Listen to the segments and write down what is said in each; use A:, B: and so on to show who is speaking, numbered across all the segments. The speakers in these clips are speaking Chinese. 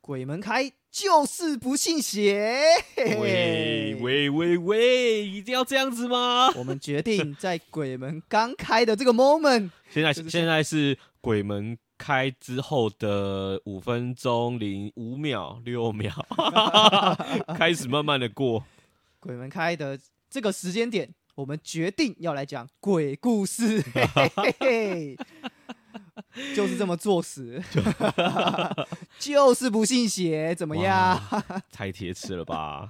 A: 鬼门开就是不信邪。嘿
B: 喂
A: 嘿
B: 喂喂喂，一定要这样子吗？
A: 我们决定在鬼门刚开的这个 moment，
B: 现在
A: 就是
B: 现在是鬼门开之后的五分钟零五秒六秒， 开始慢慢的过。
A: 鬼门开的这个时间点，我们决定要来讲鬼故 事，嘿嘿嘿嘿就是这么作 死，就是不信邪，怎么样？
B: 哇？太铁齿了吧！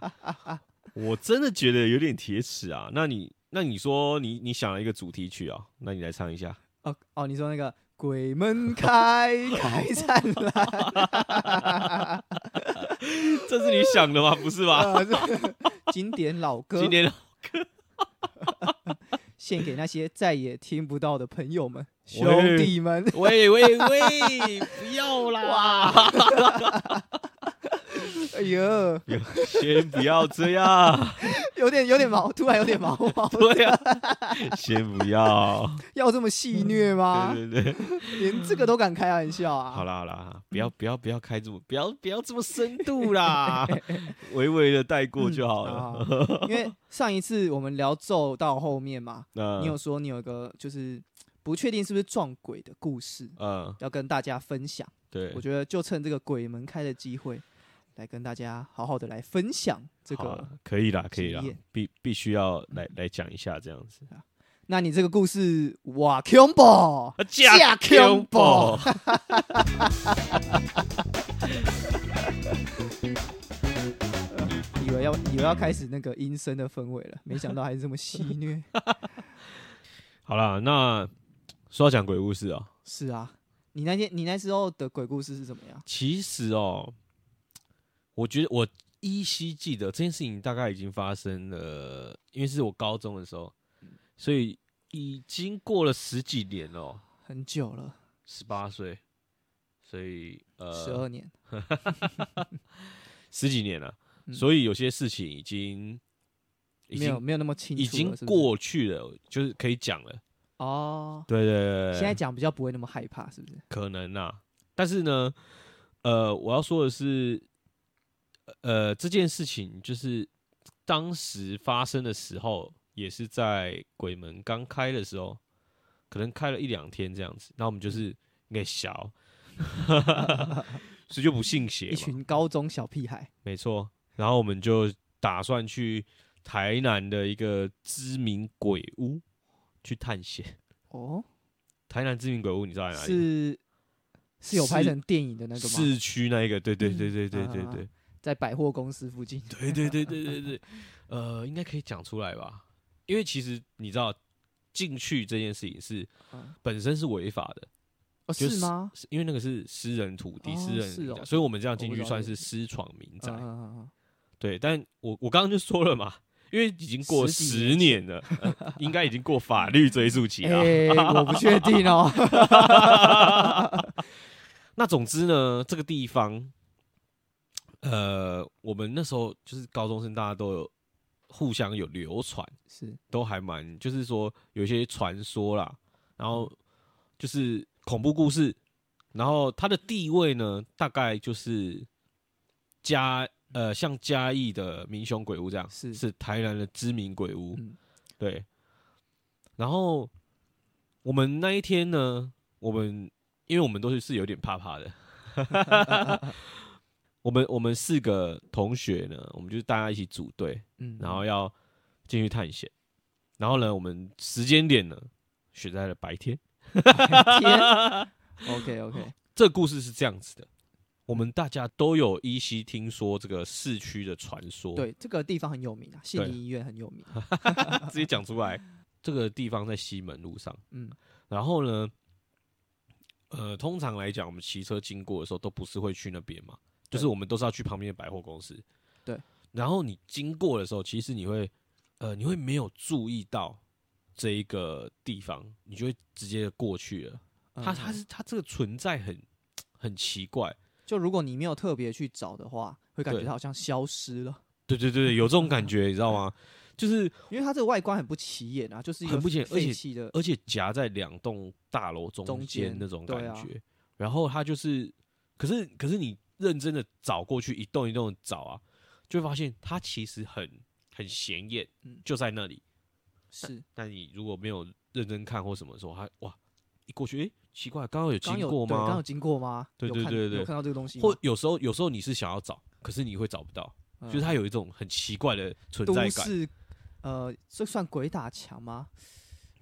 B: 我真的觉得有点铁齿啊。那你那你说你你想了一个主题曲啊？那你来唱一下。
A: 哦哦，你说那个鬼门开开灿 烂，
B: 这是你想的吗？不是吧？
A: 呃这经典老歌
B: 今， 天
A: 献给那些再也听不到的朋友们、兄
B: 喂
A: 弟们。
B: 喂喂喂，不要啦！
A: 哎 呦，
B: 先不要这样，
A: 有点有点毛，突然有点毛 毛，
B: 对呀、先 不要。
A: 要这么戏虐吗？
B: 对对对，
A: 连这个都敢开玩笑啊！
B: 好啦好啦，不要不要不要开这么不要不要这么深度 啦，微微的带过就好了。
A: 啊， 因为上一次我们聊咒到后面嘛，
B: 那
A: 你有说你有一个就是不确定是不是撞鬼的故事，
B: 嗯，
A: 要跟大家分享。
B: 对
A: 我，觉得就趁这个鬼门开的机会，来跟大家好好的来分享这
B: 好啊
A: 个
B: 啦。可以啦可以啦
A: 职业，
B: 必必须要来来讲一下这样子。
A: 嗯那你这个故事哇 c o m b o
B: 啊
A: 假恐怖以为要以为要开始那个阴森的氛围了，没想到还是这么戏虐。
B: 好啦，那说到讲鬼故事啊、
A: 是啊，你那天你那时候的鬼故事是怎么样？
B: 其实哦，我觉得我依稀记得这件事情大概已经发生了，因为是我高中的时候，所以已经过了十几年了哦，
A: 很久了，
B: 十八岁，所以
A: 十
B: 呃
A: 二年。
B: 十几年了，
A: 嗯
B: 所以有些事情已经已
A: 没有
B: 经
A: 没有那么清楚了，
B: 已经
A: 是不是
B: 过去了，就是可以讲了。
A: 哦。
B: 对对对对，
A: 现在讲比较不会那么害怕，是不是？
B: 可能啊，但是呢，呃，我要说的是，呃，这件事情就是当时发生的时候，也是在鬼门刚开的时候，可能开了一两天这样子。那我们就是应该小， 所以就不信邪
A: 一
B: 嘛，
A: 群高中小屁孩，
B: 没错。然后我们就打算去台南的一个知名鬼屋去探险。
A: 哦，
B: 台南知名鬼屋，你知道在哪里吗？
A: 是是有拍
B: 是
A: 成电影的那个吗？
B: 市区那一个，对对对对对
A: 嗯
B: 对
A: 啊啊
B: 对
A: 在百货公司附近。
B: 对对对对对对，呃，应该可以讲出来吧？因为其实你知道，进去这件事情是
A: 啊
B: 本身是违法的，
A: 哦，
B: 就是
A: 吗？
B: 是因为那个是私人土地、
A: 哦
B: 私人
A: 是
B: 民宅
A: 哦
B: 所以我们这
A: 我
B: 样进
A: 不
B: 去
A: 知道
B: 算
A: 这
B: 是
A: 个
B: 私闯民宅。
A: 嗯嗯嗯嗯
B: 对，但我我刚刚就说了嘛，因为已经过
A: 十几
B: 十年了，呃应该已经过法律追溯期了。
A: 哎、我不确定哦。
B: 那总之呢，这个地方，呃，我们那时候就是高中生，大家都有互相有流传，
A: 是
B: 都还蛮，就是说有一些传说啦，然后
A: 嗯
B: 就是恐怖故事，然后它的地位呢，大概就是嘉呃，像嘉义的民雄鬼屋这样，
A: 是
B: 是台南的知名鬼屋，
A: 嗯
B: 对。然后我们那一天呢，我们因为我们都是是有点怕怕的。 我们我们四个同学呢，我们就是大家一起组队，
A: 嗯，
B: 然后要进去探险。然后呢，我们时间点呢选在了白天。
A: 天，OK OK，
B: 这个故事是这样子的，我们大家都有依稀听说这个市区的传说，，
A: 对，这个地方很有名啊，信
B: 对
A: 义医院很有名啊，
B: 直接讲出 来。这个地方在西门路上，
A: 嗯，
B: 然后呢，呃，通常来讲，我们骑车经过的时候都不是会去那边嘛，
A: 对
B: 就是我们都是要去旁边的百货公司。
A: 对，
B: 然后你经过的时候，其实你会，呃，你会没有注意到这一个地方，你就会直接过去了。它
A: 嗯
B: 它
A: 嗯
B: 是它这个存在很很奇怪，
A: 就如果你没有特别去找的话，会感觉
B: 对
A: 它好像消失了，
B: 对对对，有这种感觉，你知道吗？就是
A: 因为它这个外观很不起眼啊，就是一个
B: 很不起眼而
A: 废
B: 且
A: 弃的，
B: 而且夹在两栋大楼中
A: 中
B: 间
A: 间
B: 那种
A: 对
B: 感
A: 啊
B: 觉。然后它就是，可是可是你认真的找过去，一栋一栋地找啊，就会发现它其实很很显眼
A: 嗯，
B: 就在那里。
A: 是
B: 但你如果没有认真看或什么的时候，它哇一过去，诶，奇怪，刚刚有
A: 刚
B: 经
A: 有
B: 过
A: 对刚有
B: 吗？
A: 经过吗？
B: 对
A: 有
B: 对
A: 看
B: 对对
A: 有看到这个东西吗，
B: 或有时候有时候你是想要找，可是你会找不到，
A: 嗯
B: 就是它有一种很奇怪的存
A: 都
B: 在感，
A: 市，呃，这算鬼打墙吗？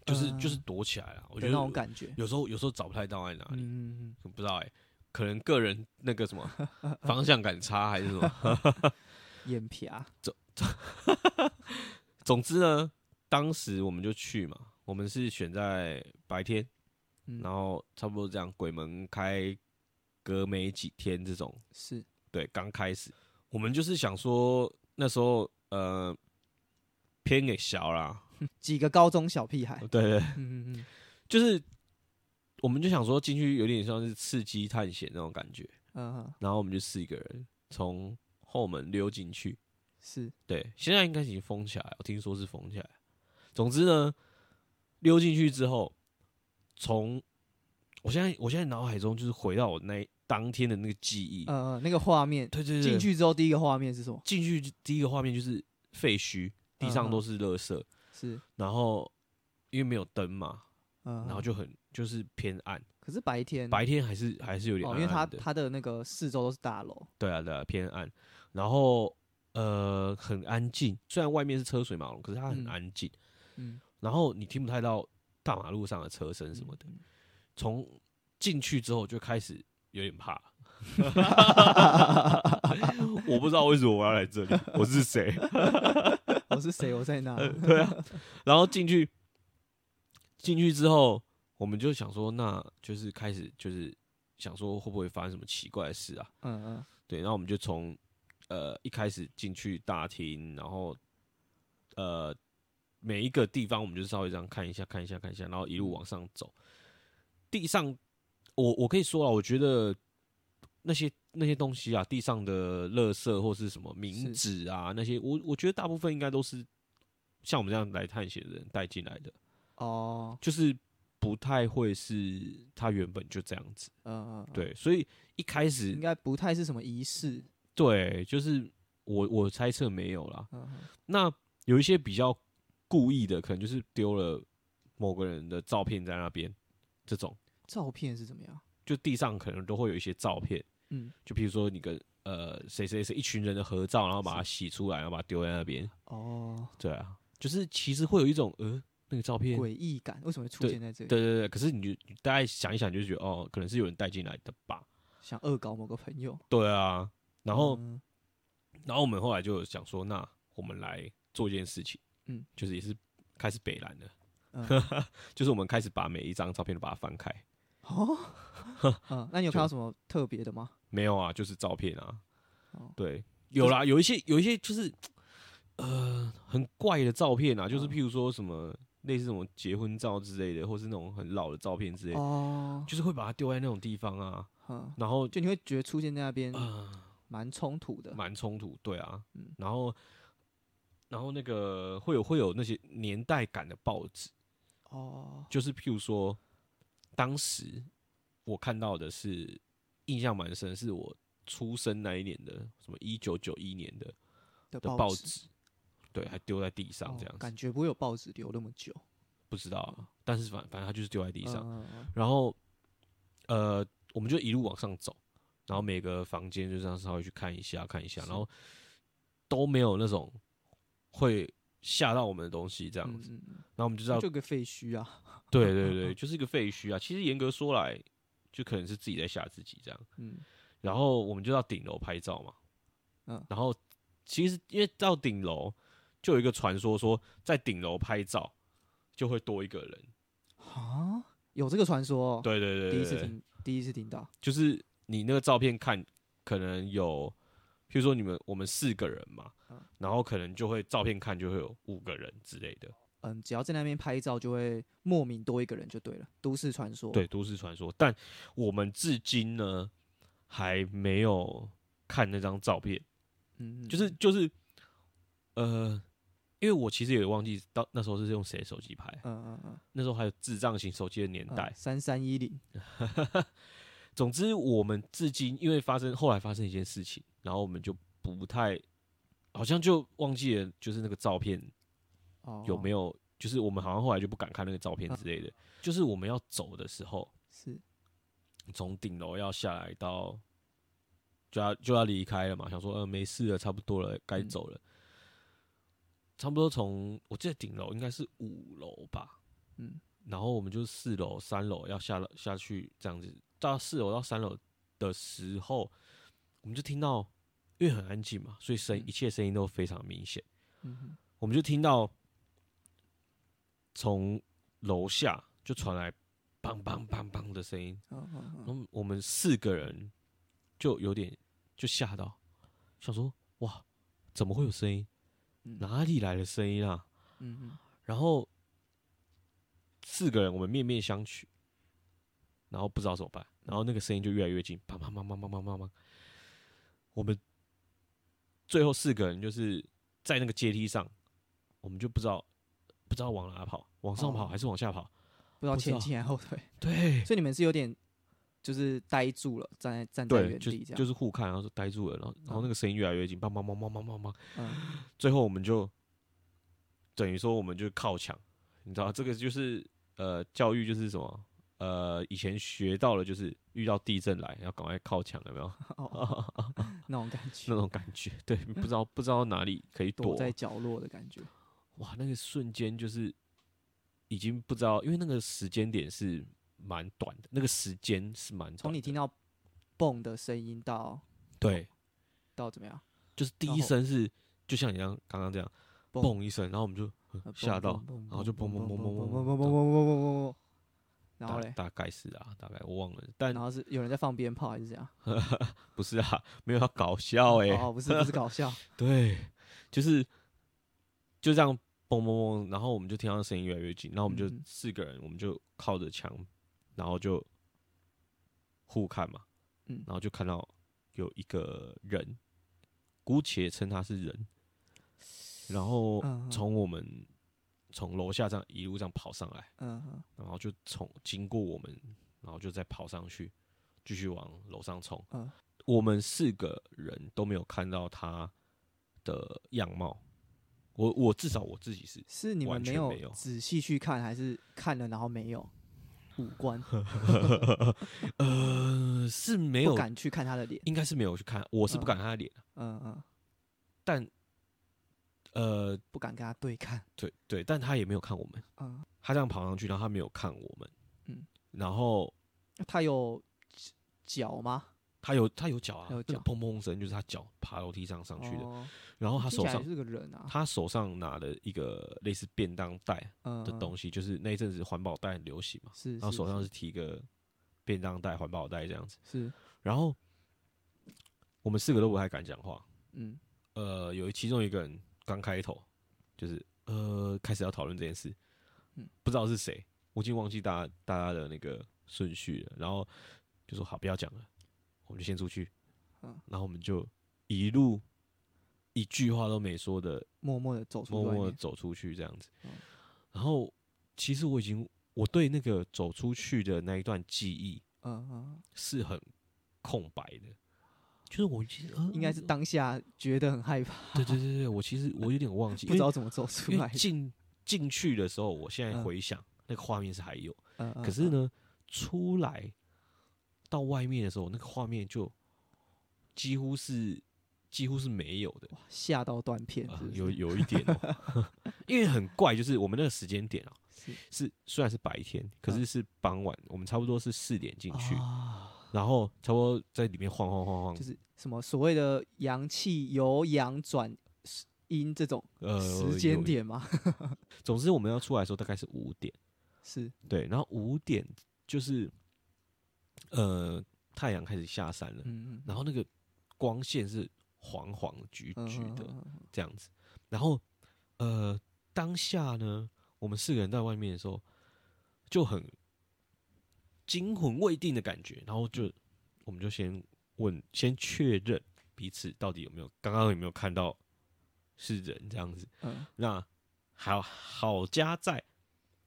B: 就是
A: 呃
B: 就是躲起来了。啊我
A: 的
B: 觉
A: 那
B: 得
A: 种感觉。
B: 有时候有时候找不太到在哪里。
A: 嗯，
B: 不知道哎、可能个人那个什么方向感差还是什么。
A: 眼皮啊，
B: 总之呢，当时我们就去嘛，我们是选在白天，
A: 嗯
B: 然后差不多这样，鬼门开隔没几天这种，
A: 是
B: 对，刚开始，我们就是想说那时候呃偏给小啦，
A: 几个高中小屁孩。
B: 对对对，
A: 嗯嗯嗯
B: 就是我们就想说进去有点像是刺激探险那种感觉，
A: 嗯，嗯
B: 然后我们就四个人从后门溜进去。
A: 是
B: 对，现在应该已经封起来了，我听说是封起来。总之呢，溜进去之后，从我现在我现在脑海中就是回到我那一当天的那个记忆。
A: 呃那个画面，
B: 对对对，
A: 进去之后第一个画面是什么？
B: 进去就第一个画面就是废墟，地
A: 嗯
B: 上
A: 嗯
B: 都是垃圾，
A: 是
B: 然后因为没有灯嘛，
A: 嗯，
B: 然后就很就是偏暗，
A: 可是白天
B: 白天还是还是有点
A: 哦，
B: 暗
A: 因为它
B: 暗的。
A: 它的那个四周都是大楼，
B: 对啊对啊，偏暗，然后呃很安静，虽然外面是车水马龙，可是它
A: 嗯
B: 很安静。
A: 嗯，
B: 然后你听不太到大马路上的车声什么
A: 嗯
B: 的。从进去之后就开始有点怕，我不知道为什么我要来这里，我是谁？
A: 我哦是谁？我在 嗯哪？
B: 对啊，然后进去，进去之后，我们就想说，那就是开始就是想说会不会发生什么奇怪的事啊？
A: 嗯嗯，
B: 对，然后我们就从呃一开始进去大厅，然后呃每一个地方我们就稍微这样看一下看一下看一下，然后一路往上走。地上，我我可以说了，我觉得那些那些东西啊，地上的垃圾或是什么冥
A: 是
B: 纸啊那些，我我觉得大部分应该都是像我们这样来探险的人带进来的，
A: 哦，
B: 就是不太会是他原本就这样子。
A: 嗯嗯，嗯，
B: 对，所以一开始
A: 应该不太是什么仪式，
B: 对，就是我我猜测没有啦。
A: 嗯嗯
B: 那有一些比较故意的，可能就是丢了某个人的照片在那边，这种
A: 照片是怎么样？
B: 就地上可能都会有一些照片，
A: 嗯，
B: 就比如说你跟呃谁谁谁一群人的合照，然后把它洗出来，然后把它丢在那边。
A: 哦，
B: 对啊，就是其实会有一种呃那个照片，
A: 诡异感为什么会出现在这里？
B: 对对对，可是你就你大概想一想，就觉得哦，可能是有人带进来的吧。
A: 想恶搞某个朋友，
B: 对啊，然后
A: 嗯
B: 然后我们后来就想说，那我们来做一件事情，嗯
A: 嗯，
B: 就是也是开始北蓝了，
A: 嗯
B: 就是我们开始把每一张照片都把它翻开，
A: 哦，嗯，那你有看到什么特别的吗？
B: 没有啊，就是照片啊，
A: 哦
B: 对，有啦，有一些有一些就是呃很怪的照片啊，
A: 嗯
B: 就是譬如说什么类似什么结婚照之类的，或是那种很老的照片之类的，
A: 哦，
B: 就是会把它丢在那种地方啊，
A: 嗯，
B: 然后
A: 就你会觉得出现在那边
B: 啊。
A: 蛮冲突的，
B: 蛮冲突，对啊，
A: 嗯
B: 然后然后那个会有会有那些年代感的报纸，
A: 哦，
B: 就是譬如说，当时我看到的是印象蛮深，是我出生那一年的什么一九九一年的
A: 的
B: 的
A: 报
B: 报纸，对，还丢在地上
A: 哦
B: 这样子，
A: 感觉不会有报纸留那么久，
B: 不知道啊，但是反反正它就是丢在地
A: 地
B: 上，
A: 嗯嗯
B: 然后呃，我们就一路往上走，然后每个房间就这样稍微去看一下看一下，
A: 是
B: 然后都没有那种会吓到我们的东西这样子，
A: 嗯嗯嗯
B: 然后我们就知道，
A: 就个废墟啊，
B: 对对对，就是一个废墟啊。其实严格说来，就可能是自己在吓自己这样。
A: 嗯，
B: 然后我们就到顶楼拍照嘛，
A: 嗯
B: 然后其实因为到顶楼就有一个传说说，在顶楼拍照就会多一个人，
A: 啊，有这个传说、哦，，
B: 对对对对
A: 第一次
B: 对
A: 听，第一次听到，
B: 就是你那个照片看，可能有，譬如说你们我们四个人嘛，
A: 嗯
B: 然后可能就会照片看就会有五个人之类的，
A: 嗯，只要在那边拍照，就会莫名多一个人就对了，都市传说，
B: 对，，都市传说。但我们至今呢还没有看那张照片，
A: 嗯，嗯
B: 就是就是，呃，因为我其实也忘记到那时候是用谁手机拍，
A: 嗯嗯嗯，嗯呃
B: 那时候还有智障型手机的年代，
A: 三三一零，
B: 总之，我们至今因为发生后来发生一件事情，然后我们就不太，好像就忘记了，就是那个照片
A: 哦，
B: 有没
A: 有
B: 有，就是我们好像后来就不敢看那个照片之类的。就是我们要走的时候，
A: 是
B: 从顶楼要下来到，就要就要离开了嘛，想说呃没事了，差不多了，该
A: 嗯
B: 走了。差不多从我记得顶楼应该是五楼吧，
A: 嗯，
B: 然后我们就四楼、三楼要下了下去，这样子到四楼到三楼的时候，我们就听到，因为很安静嘛，所以声
A: 嗯
B: 一切声音都非常明显，
A: 嗯哼
B: 我们就听到从楼下就传来梆梆梆梆的声音，
A: 哦哦
B: 然后我们四个人就有点就吓到，想说哇，怎么会有声音？
A: 嗯
B: 哪里来的声音啊？
A: 哦嗯哼
B: 然后四个人我们面面相觑，然后不知道怎么办，然后那个声音就越来越近，砰砰砰砰砰砰砰砰，我们最后四个人就是在那个阶梯上，我们就不知道不知道往哪跑，往上跑
A: 哦
B: 还是往下跑？
A: 不知道
B: 不知
A: 前
B: 道
A: 进还是后退，
B: 对，
A: 所以你们是有点就是呆住了，站在站在
B: 对，
A: 原
B: 就
A: 地这样，
B: 就是是互看，然后就呆住了，然后然后那个声音越来越近，梆梆梆梆梆梆梆，
A: 嗯
B: 最后我们就等于说我们就靠墙，你知道这个就是呃教育就是什么呃以前学到了就是遇到地震来要赶快靠墙有没有
A: 哦哦那种感
B: 啊那
A: 觉，
B: 种感觉？对，不知道不知道哪里可以躲
A: 躲，在角落的感觉，
B: 哇，那个瞬间就是已经不知道，因为那个时间点是蛮短的，那个时间是蛮
A: 从
B: 短
A: 你
B: 的
A: 听到蹦的声音到
B: 对，
A: 到怎么样
B: 就是第
A: 然
B: 一
A: 后
B: 声是就像你刚刚刚这样
A: 蹦
B: 嘣一声，然后我们就
A: 呃
B: 吓到
A: 蹦蹦
B: 然后就
A: 蹦
B: 蹦
A: 蹦
B: 蹦
A: 蹦
B: 蹦
A: 蹦蹦蹦
B: 蹦蹦
A: 蹦蹦蹦蹦蹦，然后
B: 大
A: 嘞，
B: 大概是啊，大概我忘了，但
A: 然后是有人在放鞭炮还是怎样？
B: 不是啊，没有要搞笑哎、
A: 哦，不是不是搞笑，
B: 对，就是就这样嘣嘣嘣，然后我们就听到声音越来越近，然后我们就
A: 嗯嗯
B: 四个人，我们就靠着墙，然后就互看嘛，
A: 嗯
B: 然后就看到有一个人，姑且称他是人，然后
A: 嗯嗯
B: 从我们从楼下这样一路这样跑上来，
A: 嗯嗯
B: 然后就从经过我们，然后就再跑上去，继续往楼上冲。
A: 嗯
B: 我们四个人都没有看到他的样貌，我我至少我自己是
A: 是你
B: 完
A: 们没
B: 全没
A: 有
B: 有
A: 仔细去看，还是看了然后没有五官
B: 呃是没
A: 不
B: 有，
A: 敢去看他的脸？
B: 应该是没有去看，我是不敢看他的脸，啊
A: 嗯嗯，
B: 但呃
A: 不敢跟他对看。
B: 对对，但他也没有看我们，
A: 嗯，
B: 他这样跑上去，然后他没有看我们，
A: 嗯，
B: 然后
A: 他有脚吗？
B: 他有他有脚啊，
A: 他有
B: 那个
A: 脚
B: 砰砰声就是他脚爬楼梯上上去的，
A: 哦
B: 然后他
A: 听
B: 手
A: 起来
B: 上
A: 是个人啊
B: 他手上拿的一个类似便当袋
A: 嗯
B: 的东
A: 西，
B: 西，就是那一阵子环保袋很流行嘛。
A: 是，
B: 然后
A: 是
B: 手上是提一个便当袋、环保袋这样子。
A: 是是
B: 然后我们四个都不太敢讲话。
A: 嗯
B: 呃，有其中一个人刚开头就是呃开始要讨论这件事，
A: 嗯
B: 不知道是谁，我已经忘记大家大家的那个顺序了。然后就说好，不要讲了，我们就先出去。
A: 嗯
B: 然后我们就一路一句话都没说的
A: 默默的走出
B: 默
A: 外
B: 默地
A: 面。
B: 走出去这样子
A: 嗯。
B: 然后其实我已经我对那个走出去的那一段记忆
A: 嗯嗯，
B: 是很空白的，就是我其实、呃
A: 应该是当下觉得很害怕，
B: 对对对对，我其实我有点忘记，
A: 不知道怎么走出
B: 因为因
A: 来
B: 为
A: 的。
B: 进进去的时候，我现在
A: 嗯
B: 回想、那个画面是还有，
A: 嗯嗯
B: 可是
A: 嗯
B: 呢，出来到外面的时候，那个画面就几乎是几乎是没有的。
A: 哇嗯吓到断片
B: 啊
A: 是不是，
B: 有有一点、哦， 因为很怪，就是我们那个时间点啊，
A: 是
B: 是虽然是白天，可
A: 嗯
B: 是是傍晚，我们差不多是四点进去，
A: 啊，
B: 然后差不多在里面晃晃晃晃，
A: 就是什么所谓的阳气由阳转阴这种
B: 呃
A: 时间。
B: 有
A: 点吗？
B: 总之我们要出来的时候大概是五点，
A: 是
B: 对，然后五点就是呃太阳开始下山了，
A: 嗯嗯，
B: 然后那个光线是黄黄橘
A: 嗯
B: 橘
A: 嗯
B: 的
A: 嗯嗯嗯
B: 这样子，然后呃当下呢，我们四个人在外面的时候就很惊魂未定的感觉，然后就我们就先问，先确认彼此到底有没有刚刚有没有看到是人这样子。
A: 嗯
B: 那好好家在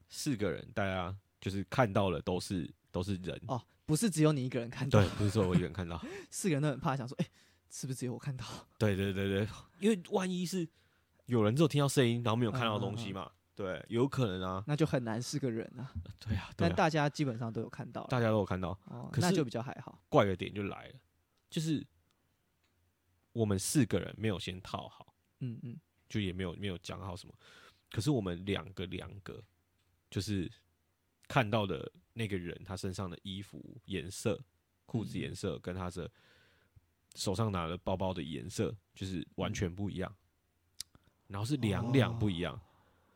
B: 四个人，大家就是看到了都是都是人，
A: 哦，不是只有你一个人看到
B: 对，，不是说我一个人看到，
A: 四个人都很怕，想说，哎、是不是只有我看到？
B: 对对对对，因为万一是 嗯有人只有听到声音，然后没有看到东西嘛，对，有可能啊，
A: 那就很难是个人啊。
B: 对啊，对
A: 但
B: 啊，
A: 大家基本上都有看到了，
B: 大家都有看到，
A: 哦，
B: 可
A: 那
B: 是
A: 就比较还好。
B: 怪的点就来了，就是我们四个人没有先套好，
A: 嗯嗯，
B: 就也没有没有讲好什么，可是我们两个两个就是看到的那个人他身上的衣服颜色、裤子
A: 嗯
B: 颜色跟他的手上拿的包包的颜色就是完全不一样，然后是
A: 哦
B: 两两不一样，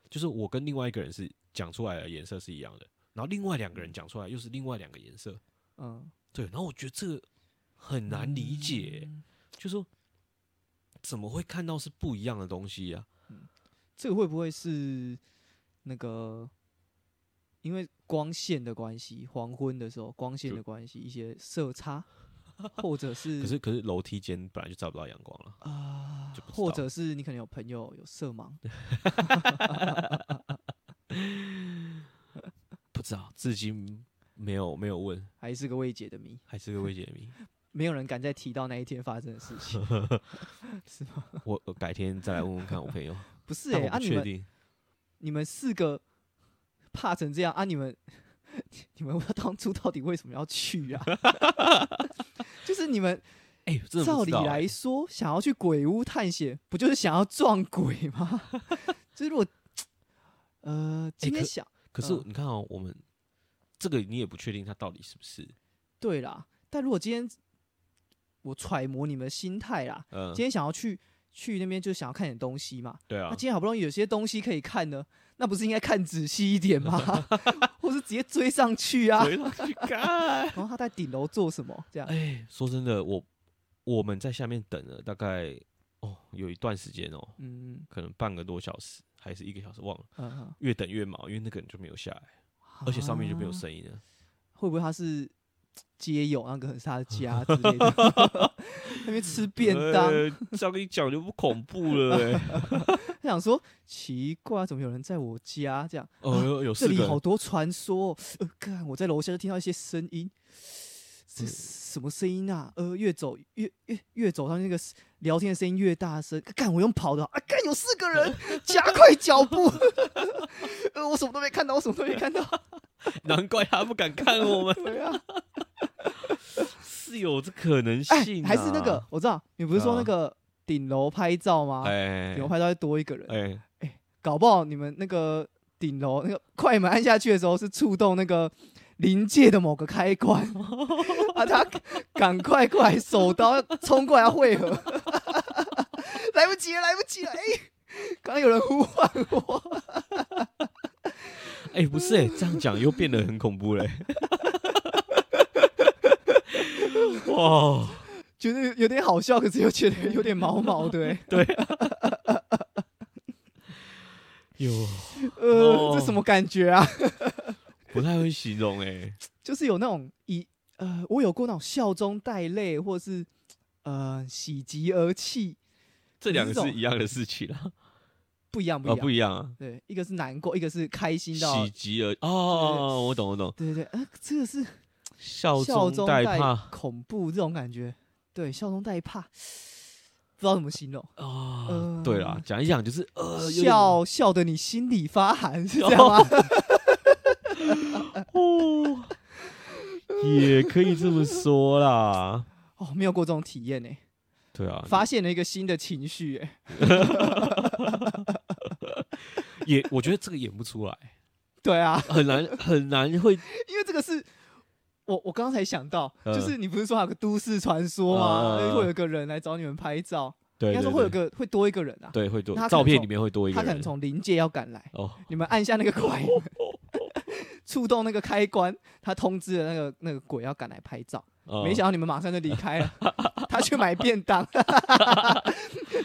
B: 就是我跟另外一个人是讲出来的颜色是一样的，然后另外两个人讲出来又是另外两个颜色，
A: 嗯，
B: 对，然后我觉得这个很难理解，
A: 嗯
B: 就说怎么会看到是不一样的东西啊呀、
A: 这个会不会是那个因为光线的关系，黄昏的时候光线
B: 就
A: 的关系，一些色差，或者是
B: 可是可是楼梯间本来就照不到阳光了，
A: 啊、
B: 就不知
A: 或
B: 道
A: 者是你可能有朋友有色盲，
B: 不知道，至今没有没有问，
A: 还是个未解的谜，
B: 还是个未解的谜。
A: 没有人敢再提到那一天发生的事 情，是吗？
B: 我我改天再来问问看我朋友，
A: 不是
B: 但
A: 哎、
B: 我
A: 啊
B: 不
A: 你
B: 确
A: 们
B: 定。
A: 你们四个怕成这样啊，你们 你们当初到底为什么要去啊？ 就是你们
B: 哎、真的
A: 照
B: 不
A: 理
B: 知道
A: 来
B: 哎
A: 说，想要去鬼屋探险，不就是想要撞鬼吗？ 就是我，呃，今天
B: 欸可
A: 想、
B: 可是
A: 嗯
B: 你看哦，我们这个你也不确定他到底是不是，
A: 对啦，但如果今天我揣摩你们的心态啦，
B: 嗯、
A: 今天想要去去那边，就想要看点东西嘛。
B: 对
A: 那、
B: 啊，
A: 今天好不容易有些东西可以看呢，那不是应该看仔细一点吗？ 或是直接追上去啊？
B: 回 头去看。
A: 然后他在顶楼做什么？这样，
B: 哎、说真的，我我们在下面等了大概哦有一段时间哦，
A: 嗯
B: 可能半个多小时还是一个小时，忘了，
A: 嗯嗯，
B: 越等越毛，因为那个人就没有下来，而且上面就没有
A: 啊
B: 声音了。
A: 会不会他是街友，那个可能是他的 家之类的， 那边吃便当，
B: 呃这样一讲就不恐怖 了、欸。
A: 他想说奇怪，怎么有人在我家这样？
B: 哦，有有
A: 这
B: 四
A: 里
B: 个
A: 好
B: 人，
A: 多传说哦，呃，看我在楼下就听到一些声音，这
B: 嗯
A: 什么声音啊？呃，越走越越越走上那个聊天的声音越大声，看我用跑的啊，看有四个 人，加快脚步， 呃，我什么都没看到，我什么都没 看到，
B: 难怪他不敢看 我们，
A: 对啊。
B: 是有这可能
A: 哎
B: 性、，啊
A: 还是那个，，啊我知道你不是说
B: 对
A: 那
B: 啊
A: 个顶楼拍照吗？
B: 哎、
A: 顶楼拍照会多一个人，
B: 哎、
A: 搞不好你们那个顶楼那个快门按下去的时候是触动那个临界的某个开 关，啊，他赶快过来，手刀要冲过来要汇合， 来不及了，来不及了，哎、刚刚有人呼唤我，
B: 哎、不是哎、这样讲又变得很恐怖嘞、 哇，
A: 觉得有点好笑，可是又觉得有点毛毛的、 哎
B: 有
A: 呃，
B: 哦
A: 这什么感觉啊？
B: 不太会形容哎、
A: 就是有那种以呃，我有过那种笑中带泪，或是呃喜极而泣，
B: 这两个
A: 这
B: 是
A: 种
B: 一样的事情啊，
A: 不一样，不一
B: 哦，
A: 样，
B: 不一样啊，
A: 对，一个是难过，一个是开心到，
B: 喜极而哦，我懂我懂，
A: 对对对，啊、这个是
B: 笑
A: 笑
B: 中
A: 中
B: 带
A: 带
B: 怕
A: 恐怖这种感觉，对，笑中带怕，不知道怎么形容，
B: 哦
A: 呃，
B: 对啦，讲一讲就是呃，有点
A: 笑笑的你心里发寒，是这样吗？
B: 哦，也可以这么说啦。
A: 哦，没有过这种体验呢、
B: 对啊，
A: 发现了一个新的情绪、欸，
B: 也我觉得这个演不出来，
A: 对啊，
B: 很难很难会
A: 因为这个是我我刚才想到，
B: 嗯
A: 就是你不是说还有个都市传说吗？
B: 嗯嗯嗯
A: 会有一个人来找你们拍照，
B: 对，
A: 应该
B: 对
A: 说会有
B: 对
A: 个会多一个人啊，
B: 对会多
A: 他可能
B: 照片
A: 从
B: 里面会多一
A: 他
B: 个
A: 可能
B: 人
A: 从临界要赶来，
B: 哦，
A: 你们按下那个快门， 触动那个开关，他通知了那个那个鬼要赶来拍照，
B: 哦
A: 没想到你们马上就离开 了，他去买便当，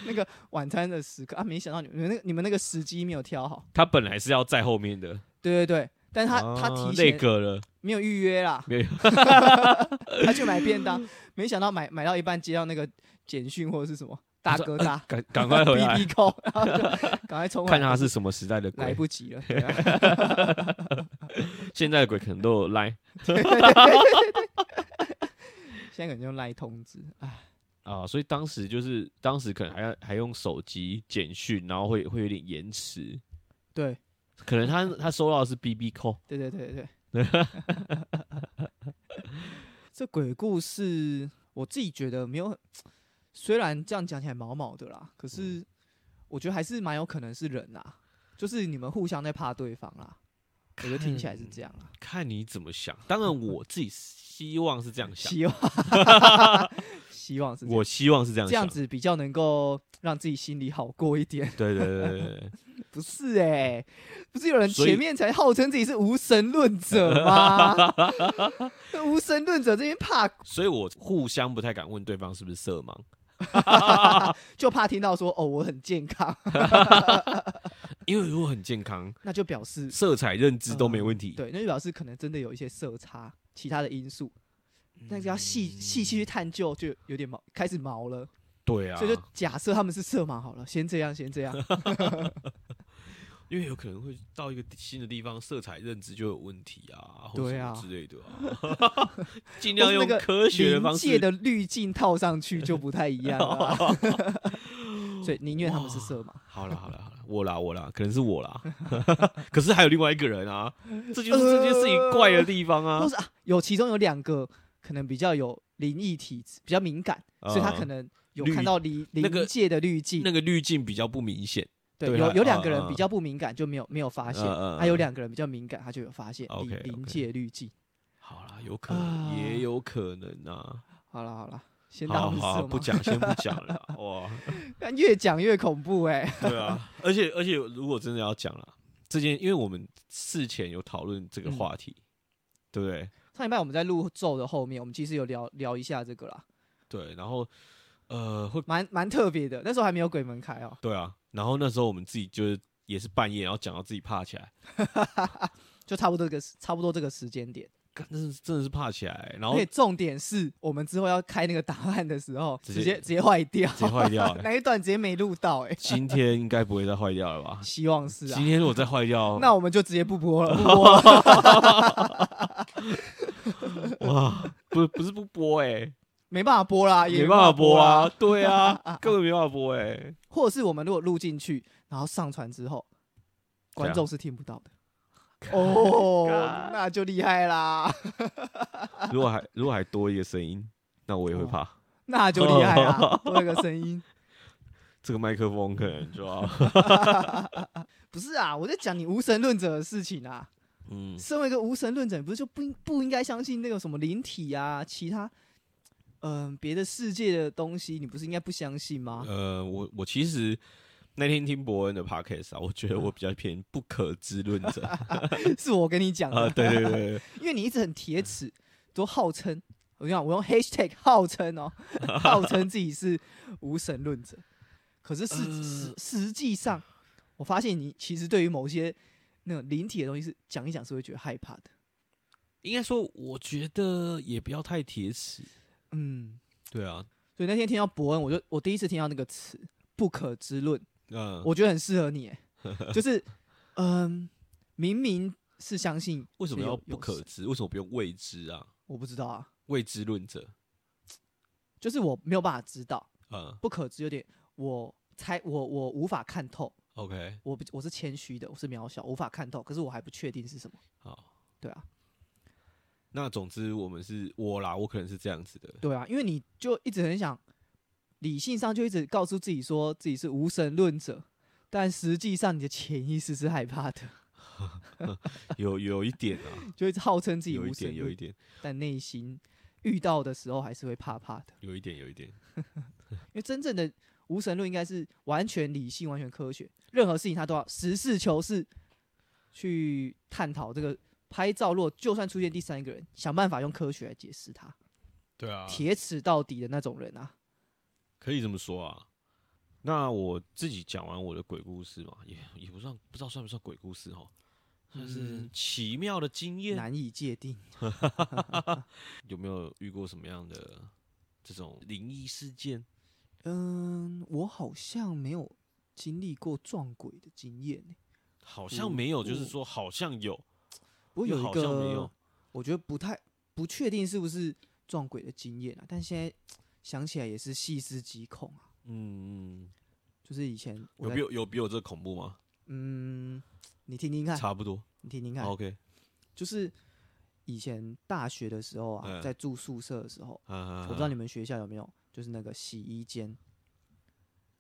A: 那个晚餐的时刻啊，没想到你们那个你们那个时机没有挑好，
B: 他本来是要在后面的，
A: 对对对，但是他、他
B: 啊
A: 提
B: 那
A: 前
B: 个了，
A: 没有预约啦，
B: 没有
A: 他去买便当，没想到买买到一半接到那个简讯或者是什么大哥大，
B: 赶哎赶快回 来
A: 哔哔扣，然后就赶快冲回来
B: 看他是什么时代的
A: 来
B: 鬼，
A: 不及了，对啊
B: 现在的鬼可能都有来，
A: 对对对对对对现在可能用赖通知，哎，
B: 啊，所以当时就是当时可能还要还用手机简讯，然后会会有点延迟，
A: 对
B: 可能他他收到的是 BB call，
A: 对对对对 这鬼故事我自己觉得没有很，虽然这样讲起来毛毛的啦，可
B: 嗯
A: 是我觉得还是蛮有可能是人啊，就是你们互相在怕对方啦，我觉得听起来是这样啊，
B: 看你怎么想。当然我自己希望是这样想，
A: 嗯希望希望 是这样
B: 我希望是这样
A: 这样
B: 想，
A: 子比较能够让自己心里好过一点。
B: 对对对对对，
A: 不是哎、不是有人
B: 所以
A: 前面才号称自己是无神论者吗？ 那无神论者这边怕，
B: 所以我互相不太敢问对方是不是色盲，
A: 就怕听到说哦我很健 康，
B: 因为如果很健康，
A: 那就表示
B: 色彩认知都没问题。
A: 嗯对，那就表示可能真的有一些色差，其他的因素。
B: 嗯
A: 那个要细细细去探究，就有点毛，开始毛了。
B: 对啊，
A: 所以就假设他们是色盲好了，先这样，先这 样。
B: 因为有可能会到一个新的地方，色彩认知就有问题啊，或
A: 对
B: 什
A: 啊
B: 么之类的 啊，尽
A: 或
B: 量
A: 是
B: 用
A: 那个
B: 科学的方
A: 临界
B: 式。
A: 的滤镜套上去就不太一样了 啊、所以宁愿他们是色盲。
B: 好了好了好了，我啦我啦，可能是我啦， 可是还有另外一个人啊，这就是这件事情怪的地方啊
A: 或。是啊，有其中有两个可能比较有灵异体质，比较敏感，所以他
B: 嗯
A: 可能有
B: 滤
A: 看到灵
B: 那个
A: 灵界的滤镜。
B: 那个滤镜比较不明显，
A: 对，
B: 对
A: 有
B: 啊
A: 有两个人
B: 嗯
A: 比较不敏感，就没有没有发现
B: 嗯嗯；
A: 还有
B: 嗯
A: 两个人比较敏感，他就有发现灵
B: OK，OK
A: 灵界滤镜。
B: 好啦，有可能、
A: 啊
B: 也有可能啊。
A: 好了好了，先
B: 好
A: 当
B: 好
A: 色
B: 不
A: 盲，
B: 讲先不讲了啦，哇，
A: 但 越讲越恐怖哎。
B: 对啊，而且而且如果真的要讲啦，这件因为我们事前有讨论这个
A: 嗯
B: 话题，对不对？
A: 上礼拜我们在录咒的后面，我们其实有聊聊一下这个啦，
B: 对，然后呃会
A: 蛮蛮特别的。那时候还没有鬼门开哦，
B: 对啊，然后那时候我们自己就是也是半夜，然后讲到自己怕起来，
A: 就差不多这个时差不多这个时间点。
B: 干真的是真的是怕起来，然
A: 而
B: 后
A: 且重点是我们之后要开那个档案的时候，
B: 直
A: 直接
B: 接
A: 直接坏掉，
B: 直接坏掉欸
A: 那一段直接没录到，哎，
B: 今天应该不会再坏掉了吧？
A: 希望 是啊
B: 今。天如果再坏 掉，
A: 那我们就直接不播了，不播 了
B: 哇，不不是不播哎，
A: 没办法播啦，也
B: 没办法播啊
A: 啦。，
B: 对啊，根本没办法播哎，
A: 或者是我们如果录进去，然后上传之后，观众是听不到的。哦，那就厉害啦，
B: 如果还如果还多一个声音，那我也会怕。
A: 那就厉害啦，多一个声音。
B: 这个麦克风可能就 要，
A: 不是啊，我在讲你无神论者的事情啊。
B: 嗯，
A: 身为一个无神论者，你不是就不应不应该相信那个什么灵体啊，其他嗯、呃别的世界的东西，你不是应该不相信吗？
B: 呃，我我其实那天听伯恩的 podcast 啊，我觉得我比较偏不可知论者
A: 是我跟你讲的，
B: 啊，对对对 对，
A: 因为你一直很铁齿，都号称我跟你讲，我用 hashtag 号称哦，号称自己是无神论者，可是实实实际上，我发现你其实对于某些那种灵体的东西是讲一讲是会觉得害怕的，
B: 应该说，我觉得也不要太铁齿。
A: 嗯，
B: 对啊，
A: 所以那天听到伯恩，我就我第一次听到那个词“不可知论”。
B: 嗯，
A: 我觉得很适合你欸，就是嗯，明明是相信，
B: 为什么
A: 是有
B: 要不可
A: 有神
B: 知？为什么不用未知啊？
A: 我不知道啊，
B: 未知论者，
A: 就是我没有办法知道，
B: 嗯
A: 不可知有点我猜我我无法看透，
B: ，OK，
A: 我不我是谦虚的，我是渺小，无法看透，可是我还不确定是什么，
B: 好，
A: 对啊，
B: 那总之我们是我啦，我可能是这样子的，
A: 对啊，因为你就一直很想，理性上就一直告诉自己说自己是无神论者，但实际上你的潜意识是害怕的，
B: 有有一点啊，
A: 就一直号称自己
B: 有一
A: 无
B: 点，
A: 神
B: 有一
A: 论，
B: 点，
A: 但内心遇到的时候还是会怕怕的。
B: 有一点，有一点，
A: 因为真正的无神论应该是完全理性、完全科学，任何事情他都要实事求是去探讨这个。拍照若就算出现第三个人，想办法用科学来解释他，
B: 对啊
A: 铁齿到底的那种人啊，
B: 可以这么说啊。那我自己讲完我的鬼故事嘛，也也不算，不知道算不算鬼故事哦，算是
A: 嗯
B: 奇妙的经验。
A: 难以界定。
B: 有没有遇过什么样的这种灵异事件？
A: 嗯，我好像没有经历过撞鬼的经验、欸，
B: 好像没有，就是
A: 我
B: 说好像有，
A: 不过有
B: 又
A: 一
B: 好像没有
A: 个，我觉得不太不确定是不是撞鬼的经验啊，但现在想起来也是细思极恐啊。
B: 嗯，
A: 就是以前我
B: 有
A: 在
B: 比我有比我这恐怖吗？
A: 嗯，你听听看，
B: 差不多。
A: 你听听看，
B: OK，
A: 就是以前大学的时候啊，
B: 嗯
A: 在住宿舍的时候，
B: 我
A: 我不知道你们学校有没有，就是那个洗衣间、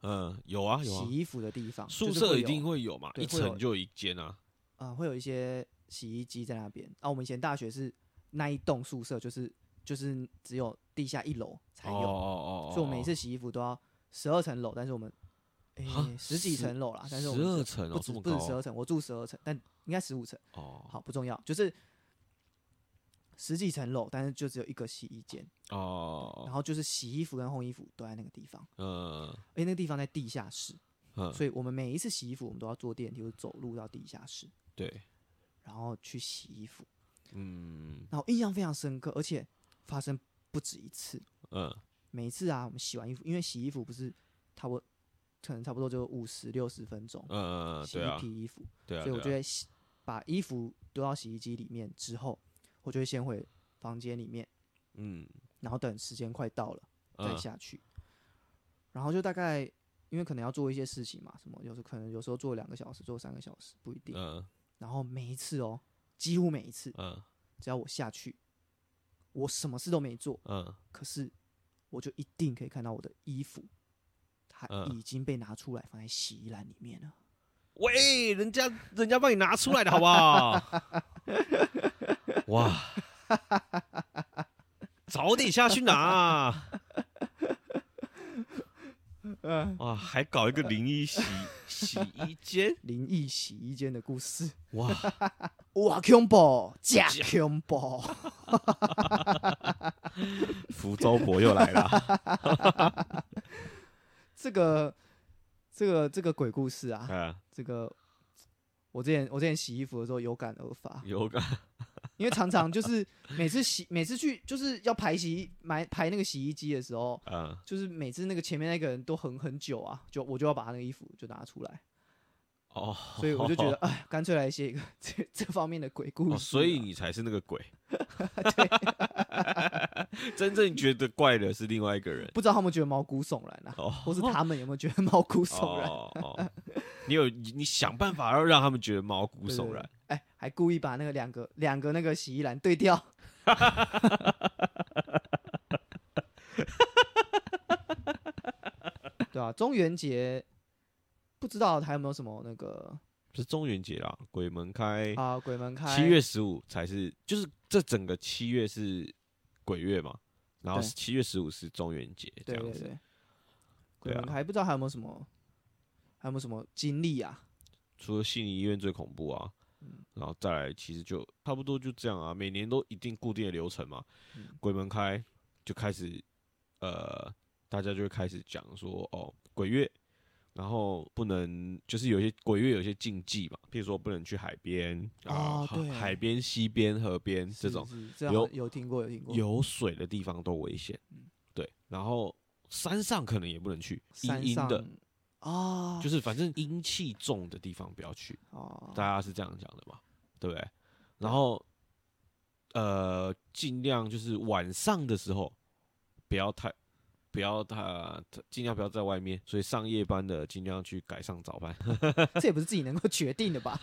B: 嗯有啊有啊
A: 洗，衣服的地方，
B: 宿
A: 就是
B: 舍
A: 会
B: 一
A: 有
B: 定会有嘛，
A: 对
B: 一
A: 会有
B: 层就有一间啊。
A: 啊、会有一些洗衣机在那边。啊，我们以前大学是那一栋宿舍，就是就是只有地下一楼才
B: 哦
A: 有，
B: 哦哦，
A: 所以我们每次洗衣服都要十二层楼，但是我们诶、
B: 哈
A: 十几
B: 十
A: 层楼啦，但是
B: 十
A: 我们
B: 二
A: 是
B: 层
A: 不
B: 哦，
A: 止
B: 这么
A: 不
B: 高
A: 止十二层，我住十二层，但应该十五层，
B: 哦
A: 好不重要，就是十几层楼，但是就只有一个洗衣间，然
B: 哦，
A: 后就是洗衣服跟烘衣服都在那个地方，
B: 嗯
A: 而且那个地方在地下室，
B: 嗯，
A: 所以我们每一次洗衣服，我们都要坐电梯或者走路到地下室，
B: 对，
A: 然后去洗衣服。
B: 嗯
A: 然后印象非常深刻，而且发生不止一次。
B: 嗯
A: 每一次啊，我们洗完衣服，因为洗衣服不是差不多，可能差不多就五十六十分钟、
B: 嗯，
A: 洗
B: 对
A: 一
B: 啊
A: 批衣服，
B: 对啊，
A: 所以我就
B: 对啊
A: 会洗把衣服丢到洗衣机里面之后，我就会先回房间里面，
B: 嗯
A: 然后等时间快到了再
B: 嗯
A: 下去，然后就大概因为可能要做一些事情嘛，什么有时候可能有时候做两个小时，做三个小时不一定，
B: 嗯
A: 然后每一次哦，几乎每一次
B: 嗯
A: 只要我下去，我什么事都没做。
B: 嗯
A: 可是我就一定可以看到我的衣服，它
B: 嗯
A: 已经被拿出来放在洗衣篮里面了。
B: 喂，人家人家帮你拿出来的好不好？哇， 早点下去拿 啊！哇，还搞一个零一洗洗衣间，
A: 灵异洗衣间的故事，
B: 哇，
A: 哇，combo 假 combo，
B: 福州婆又来了。
A: 这个这个这个鬼故事啊，
B: 嗯，
A: 这个我之前我之前洗衣服的时候有感而发，
B: 有个
A: 因为常常就是每次洗每次去就是要排洗衣买排那个洗衣机的时候，
B: 嗯，
A: 就是每次那个前面那个人都很很久啊，就我就要把他那个衣服就拿出来。
B: 哦，
A: 所以我就觉得，哎，干脆来写一个 这这方面的鬼故事啊、
B: 哦，所以你才是那个 鬼。 真正觉得怪的是另外一个人。
A: 不知道他们觉得毛骨悚然啊，
B: 哦，
A: 或是他们有没有觉得毛骨悚然？
B: 哦哦，你有你你想办法要让他们觉得毛骨
A: 对
B: 悚然。。
A: 对对哎，还故意把那个两个两个那个洗衣篮对调， 对啊，中元节不知道还有没有什么那个
B: 不是中元节啦，鬼门开，
A: 啊、鬼门开
B: 七月十五才是，就是这整个七月是鬼月嘛，然后
A: 对
B: 七月十五是中元节这
A: 对
B: 样
A: 对
B: 子。
A: 对，鬼
B: 对啊
A: 门开不知道还有没有什么还有没有什么经历啊？
B: 除了心理医院最恐怖啊，
A: 嗯
B: 然后再来其实就差不多就这样啊，每年都一定固定的流程嘛，
A: 嗯
B: 鬼门开就开始，呃，大家就会开始讲说哦鬼月，然后不能就是有一些鬼月有一些禁忌嘛，譬如说不能去海边啊，
A: 哦对
B: 海边、溪边、河边
A: 是
B: 这种
A: 是这样
B: 有
A: 有听过有听过
B: 有水的地方都危险，
A: 嗯
B: 对，然后山上可能也不能去，阴
A: 山
B: 阴
A: 上
B: 的，
A: 啊，
B: 就是反正阴气重的地方不要去。
A: 哦，
B: 大家是这样讲的嘛，对不对？然后呃，尽量就是晚上的时候不要太不要太尽量不要在外面，所以上夜班的尽量去改上早班。
A: 这也不是自己能够决定的吧？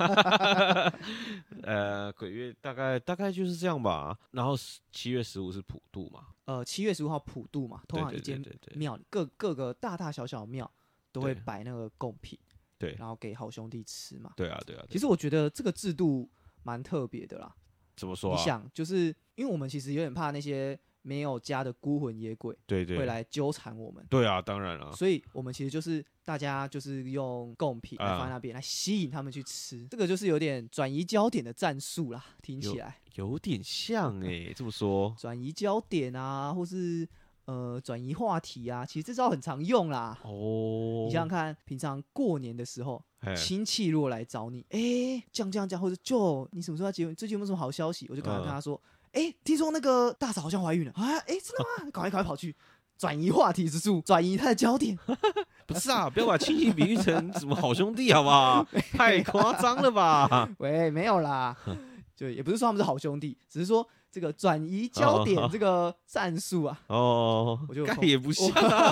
B: 呃，鬼月大概大概就是这样吧。然后十七月十五是普渡嘛，
A: 呃，七月十五号普渡嘛，通
B: 对
A: 常
B: 对
A: 一
B: 对
A: 间
B: 对对
A: 庙里各各个大大小小的庙都会
B: 对
A: 摆那个贡品，
B: 对
A: 然后给好兄弟吃嘛。
B: 对啊对啊。
A: 其
B: 实
A: 实我觉得这个制度蛮特别的啦。
B: 怎么说
A: 你
B: 啊？
A: 想，就是因为我们其实有点怕那些没有家的孤魂野鬼
B: 对
A: 会
B: 对
A: 来纠缠我们，
B: 对啊，当然了、
A: 所以我们其实就是大家就是用贡品来放在
B: 啊
A: 那边，来吸引他们去吃。这个就是有点转移焦点的战术啦，听
B: 有
A: 起来。
B: 有点像诶、这 么说。
A: 转移焦点啊，或是呃转移话题啊，其实这招很常用啦。
B: 哦，哎
A: 你想想看，平常过年的时候，
B: 嘿
A: 亲戚如果来找你，哎、这样这样这样，或者就你什么时候要结婚？最近有没有什么好消息？我就赶快
B: 嗯
A: 跟他说，哎、听说那个大嫂好像怀孕了啊，哎、真的吗？赶快赶快跑去转移话题之术，转移他的焦点。
B: 不是啊，不要把亲戚比喻成什么好兄弟，好不好？太夸张了吧？
A: 喂，没有啦，就也不是说他们是好兄弟，只是说这个转移焦点这个战术啊，
B: 哦，
A: 我就
B: 干也不像啊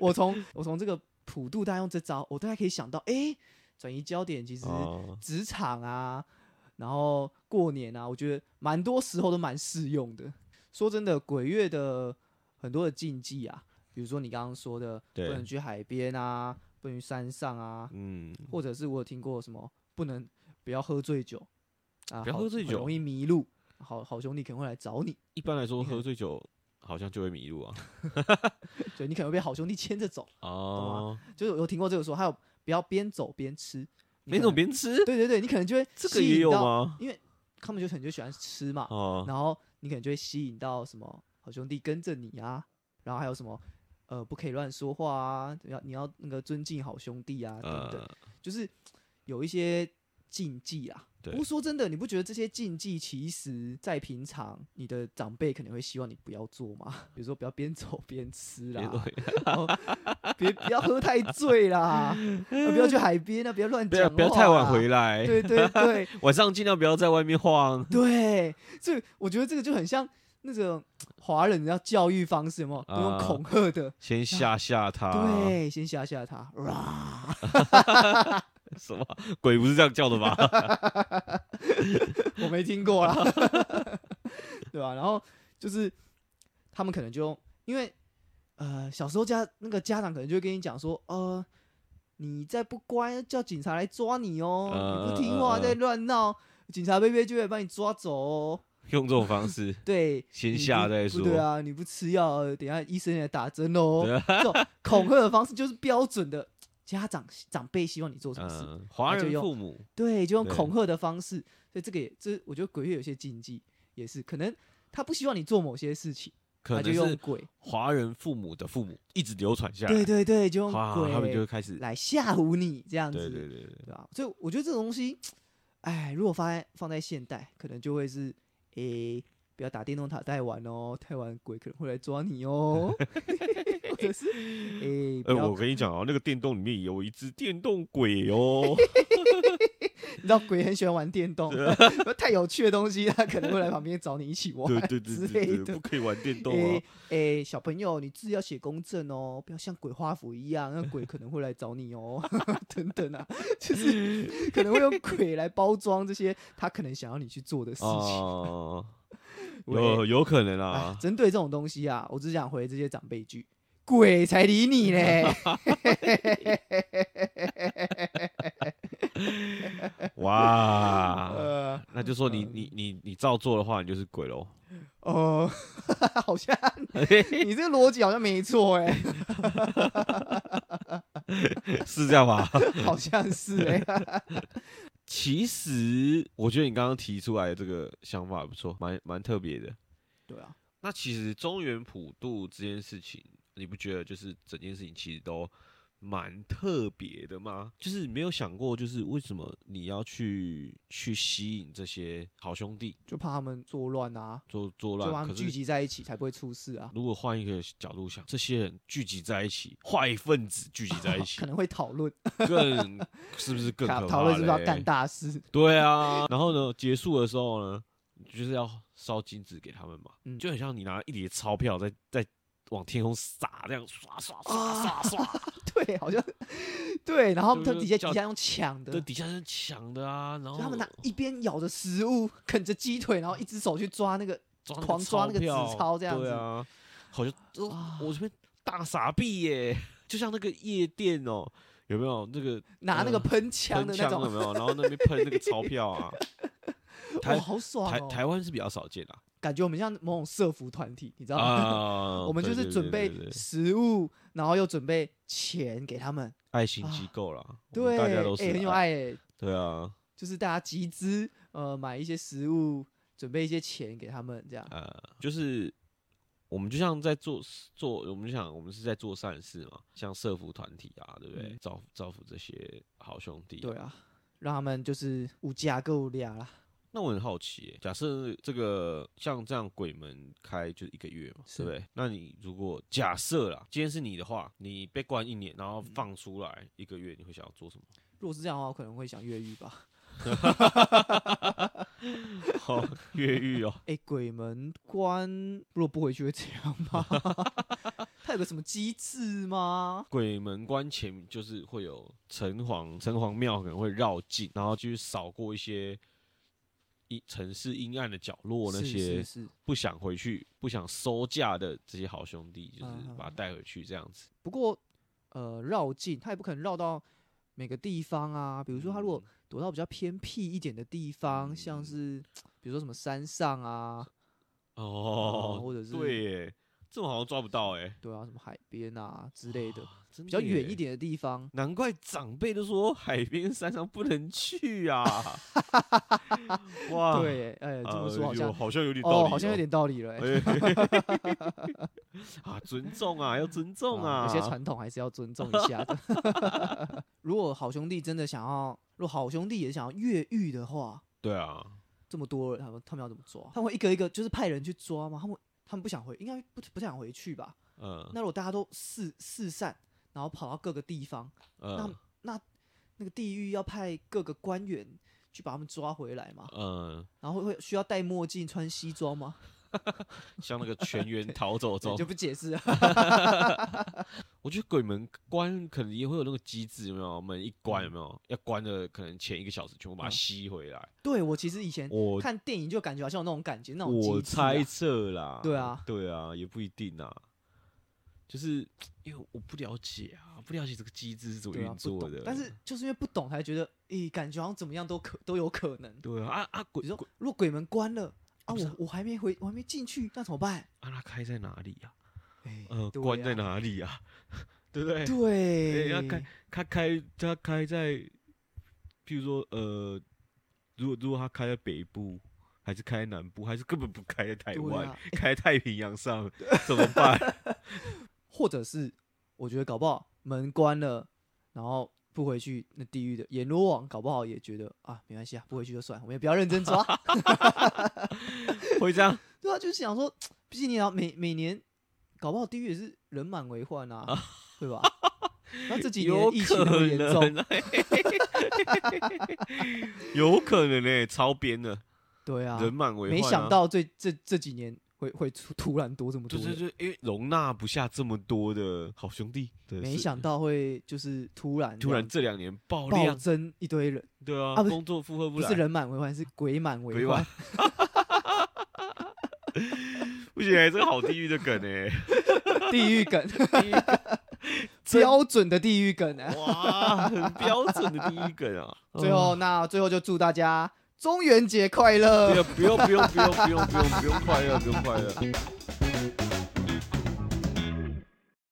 A: 我我从我从这个普渡大家用这招，我大概可以想到，哎，转移焦点其实
B: 哦，
A: 职场啊，然后过年啊，我觉得蛮多时候都蛮适用的。说真的，鬼月的很多的禁忌啊，比如说你刚刚说的，不
B: 对
A: 能去海边啊，不能去山上啊，
B: 嗯，
A: 或者是我有听过什么不能不要喝醉酒啊，
B: 不要
A: 好
B: 喝醉
A: 很
B: 酒
A: 容易迷路，好好兄弟可能会来找你，
B: 一般来说
A: 你看
B: 喝醉酒好像就会迷 路啊。
A: 对你可能会被好兄弟牵着走，
B: 哦，
A: 就是有听过这个说，还有不要边走边吃，你
B: 边
A: 可
B: 走
A: 能
B: 边吃，
A: 对对对，你可能就会
B: 这个
A: 吸
B: 也
A: 引
B: 有
A: 到？
B: 吗？
A: 因为他们就很就喜欢吃嘛，
B: 哦，
A: 然后你可能就会吸引到什么好兄弟跟着你啊，然后还有什么呃不可以乱说话啊，要你要那个尊敬好兄弟啊等等，
B: 呃，
A: 就是有一些禁忌啊。
B: 对
A: 不过说真的，你不觉得这些禁忌其实在平常你的长辈可能会希望你不要做吗？ 比如说不要边走边吃
B: 别
A: 啦，
B: 走
A: 然后 别不要喝太醉啦，呃不要去海边啊，不要乱
B: 不
A: 讲
B: 要
A: 话，
B: 不要太晚回
A: 来。
B: 来，
A: 对对对，
B: 晚上尽量不要在外面晃。
A: 对，所以我觉得这个就很像那种华人要教育方式，有没有？都用
B: 啊
A: 恐吓的，
B: 先吓吓他，，
A: 对，先吓吓他，哇，
B: 什么鬼不是这样叫的吧？
A: 我没听过啦， 对吧、然后就是他们可能就因为呃小时候家那个家长可能就会跟你讲说，呃。你再不乖，叫警察来抓你哦！你不听话，
B: 嗯嗯嗯嗯
A: 再乱闹，警察贝贝就会把你抓走哦。
B: 用这种方 式，
A: 对，
B: 先
A: 你不
B: 吓再
A: 不
B: 说
A: 对啊，你不吃药，等一下医生也打针 哦。这种恐吓的方式就是标准的家长长辈希望你做什么事，
B: 嗯，华
A: 那就
B: 人
A: 用
B: 父母
A: 对，就用
B: 对
A: 恐吓的方式。所以这个也，这我觉得鬼月有些禁忌也是，可能他不希望你做某些事情，
B: 可
A: 他就
B: 能
A: 用
B: 是
A: 鬼，
B: 华人父母的父母一直流传下来，
A: 对对对，就用
B: 哇，他们就
A: 鬼
B: 会开始，
A: 来吓唬你这样
B: 对
A: 子，
B: 对对对对，
A: 对吧？啊所以我觉得这种东西，哎，如果放在放在现代，可能就会是诶。不要打电动打太晚哦，太晚鬼可能会来抓你 哦，或者是诶，不
B: 哎，
A: 要
B: 我跟你讲哦，那个电动里面有一只电动鬼 哦，
A: 你知道鬼很喜欢玩电 动， 太有趣的东西，他可能会来旁边找你一起玩
B: 对对
A: 之
B: 对
A: 类
B: 对对，
A: 的
B: 不。可以玩电动
A: 诶
B: 哦
A: 诶，、小朋友，你字要写公正哦，不要像鬼画符一样，那鬼可能会来找你哦， 等等啊，就是可能会用鬼来包装这些他可能想要你去做的事情。
B: 哦，
A: 哎喂
B: 有有可能
A: 啊
B: 啊，，
A: 针对这种东西啊，我只想回这些长辈一句：鬼才理你 嘞！啊
B: 哇，
A: 呃，
B: 那就说你你你你照做的话，你就是 鬼喽，
A: 哦， 好像你这个逻辑好像没错 哎、
B: 是这样吧？
A: 好像是 哎、
B: 其实我觉得你刚刚提出来的这个想法不错，蛮蛮特别的。
A: 对啊，
B: 那其实中原普渡这件事情，你不觉得就是整件事情其实都蛮特别的吗？就是没有想过，就是为什么你要去去吸引这些好兄弟
A: 就怕他们作乱啊，
B: 做作
A: 就把他
B: 乱？可
A: 们聚
B: 是
A: 集在一起才不会出事 啊。
B: 如果换一个角度想，这些人聚集在一起，坏分子聚集在一 起
A: 可，能会讨论，
B: 更是不是更
A: 讨
B: 可怕？
A: 讨论是不是要干？大事？
B: 对啊，然后呢，结束的时候呢，你就是要烧金纸给他们嘛，
A: 嗯
B: 就很像你拿一叠钞票在在往天空撒，这样刷刷刷 刷刷，
A: 对，好像对。然后
B: 就
A: 他
B: 是
A: 们底下
B: 叫
A: 底下用抢的
B: 这，底下是抢的啊，然
A: 就
B: 后
A: 他们拿一边咬着食物，啃着鸡腿，然后一只手去抓那个，
B: 抓那
A: 狂抓那个
B: 个钞
A: 纸
B: 票
A: 钞这样
B: 对
A: 子啊
B: 啊，好像就
A: 哇
B: 我这边大傻逼耶，就像那个夜店哦，有没有那个
A: 拿那个
B: 嗯
A: 喷枪
B: 喷
A: 的那
B: 枪
A: 种
B: 有，没有？然后那边喷那个钞票 啊，
A: 哇，
B: 台
A: 好爽
B: 台台
A: 哦！
B: 湾是比较少见啊
A: 感觉我们像某种社服团体，你知道 吗？
B: 啊，
A: 我们就
B: 对
A: 是
B: 对
A: 准
B: 对对
A: 备
B: 对
A: 食物，然后又准备钱给他们。
B: 爱心机
A: 啊
B: 构啦，我们
A: 对，
B: 大家都是
A: 哎很有，爱哎，
B: 对啊，
A: 就是大家集资，呃，买一些食物，准备一些钱给他们，这样。
B: 呃，就是我们就像在做做，我们就想我们是在做善事嘛，像社服团体啊，对不对？
A: 嗯
B: 造福造福这些好兄弟、
A: 对，啊，让他们就是无价购量啦。
B: 那我很好奇耶、假设这个像这样鬼门开就一个月嘛，
A: 是
B: 对不对？那你如果假设啦，今天是你的话，你 被关一年，然后放出来一个月，你会想要做什么？
A: 如果是这样的话，我可能会想越狱吧。
B: 好越狱哦，
A: 哎、鬼门关如果不回去会这样 吗？它有个什么机制吗？
B: 鬼门关前就是会有城隍，城隍庙可能会绕境，然后去扫过一些一城市阴暗的角落，那
A: 是
B: 些
A: 是是。
B: 不想回去、不想收假的这些好兄弟，就是
A: 嗯嗯
B: 把他带回去这样子。
A: 不过呃，绕境它也不可能绕到每个地方啊。比
B: 比
A: 如说，它如果躲到比较偏僻一点的地方，像
B: 嗯
A: 是比如说什么山上啊，
B: 哦，
A: 或者是
B: 对耶，这种好像抓不到哎，
A: 对啊，什么海边啊之类的，
B: 比
A: 比较远一。点的地方，
B: 难怪长辈都说海边山上不能 去啊！哇，
A: 对耶，哎，这么说好
B: 哎呦
A: 像
B: 好像啊有点道理
A: 哦，好像有点道理了耶。
B: 哎 啊，尊重 啊，要尊重啊！
A: 有些传统还是要尊重一下的。 如果好兄弟真的想要，如果好兄弟也想要越狱的话，
B: 对啊，
A: 这么多人，他们他们要怎么抓？他们会一个一个就是派人去抓吗？他们他们不想回，应该不不想回去吧？
B: 嗯，
A: 那如果大家都四四散，然后跑到各个地方，
B: 嗯
A: 那个地狱要派各个官员去把他们抓回来嘛？
B: 嗯，
A: 然后会会需要戴墨镜、穿西装吗？
B: 像那个全员逃走
A: 对
B: 中
A: 就，不解释了。
B: 我觉得鬼门关可能也会有那个机制，有没有？门一关有没有？要关的可能前一个小时全部把它
A: 嗯
B: 吸回来。
A: 对我其实以前嗯
B: 我
A: 看电影就感觉好像有那种感觉，那种
B: 我
A: 机制啊
B: 猜测啦，
A: 对啊，
B: 对啊，也不一定啊，就是因为我不了解啊，不了解这个机制是怎么
A: 对啊，
B: 运
A: 不
B: 作
A: 懂
B: 的。。
A: 但是就是因为不懂，才觉得，咦、感觉好像怎么样都可都有可能。
B: 对啊，啊啊鬼
A: 比如
B: 鬼
A: 说，如果鬼门关了啊，
B: 不是啊
A: 我我还没回，我还没进去，那怎么办？
B: 啊，它开在哪里呀？
A: 哎
B: 呃，
A: 对
B: 关
A: 啊
B: 在哪里呀？ 对不对？
A: 对，
B: 要开他开他开在，譬如说呃，如果如果他开在北部，还是开在南部，还是根本不开在台
A: 对
B: 湾，
A: 啊
B: 开在太平洋上怎么 办？
A: 或者是我觉得搞不好门关了，然后不回去，那地狱的阎罗王搞不好也觉得啊，没关系啊，不回去就算，我们也不要认真 抓。
B: 会这样？
A: 对啊，就是想说，毕竟你要每每年搞不好地狱也是人满为患啊， 对吧？那这几年
B: 有
A: 疫情那么
B: 可
A: 严重，
B: 能，啊 有可能呢、欸超编的，
A: 对啊，
B: 人满为患、
A: 没想，到这这这几年会会出突然多这么
B: 就
A: 多人，
B: 是就因为容纳不下这么多的好兄弟，对
A: 没
B: 是
A: 想到会就是突然
B: 突然
A: 这
B: 这两年爆
A: 样暴
B: 量，
A: 增一堆人，
B: 对啊，
A: 啊不是
B: 工作负荷不
A: 不
B: 来，
A: 是人满为患，是鬼满为
B: 鬼
A: 患
B: 碗。不行、欸，这个好地狱的梗哎、
A: 地狱 梗， 标准的地狱梗 啊！
B: 哇，很标准的第一梗啊！
A: 最后那最后就祝大家中元节快乐
B: 不。要不用不用不用不用不用不用快乐，不用快乐。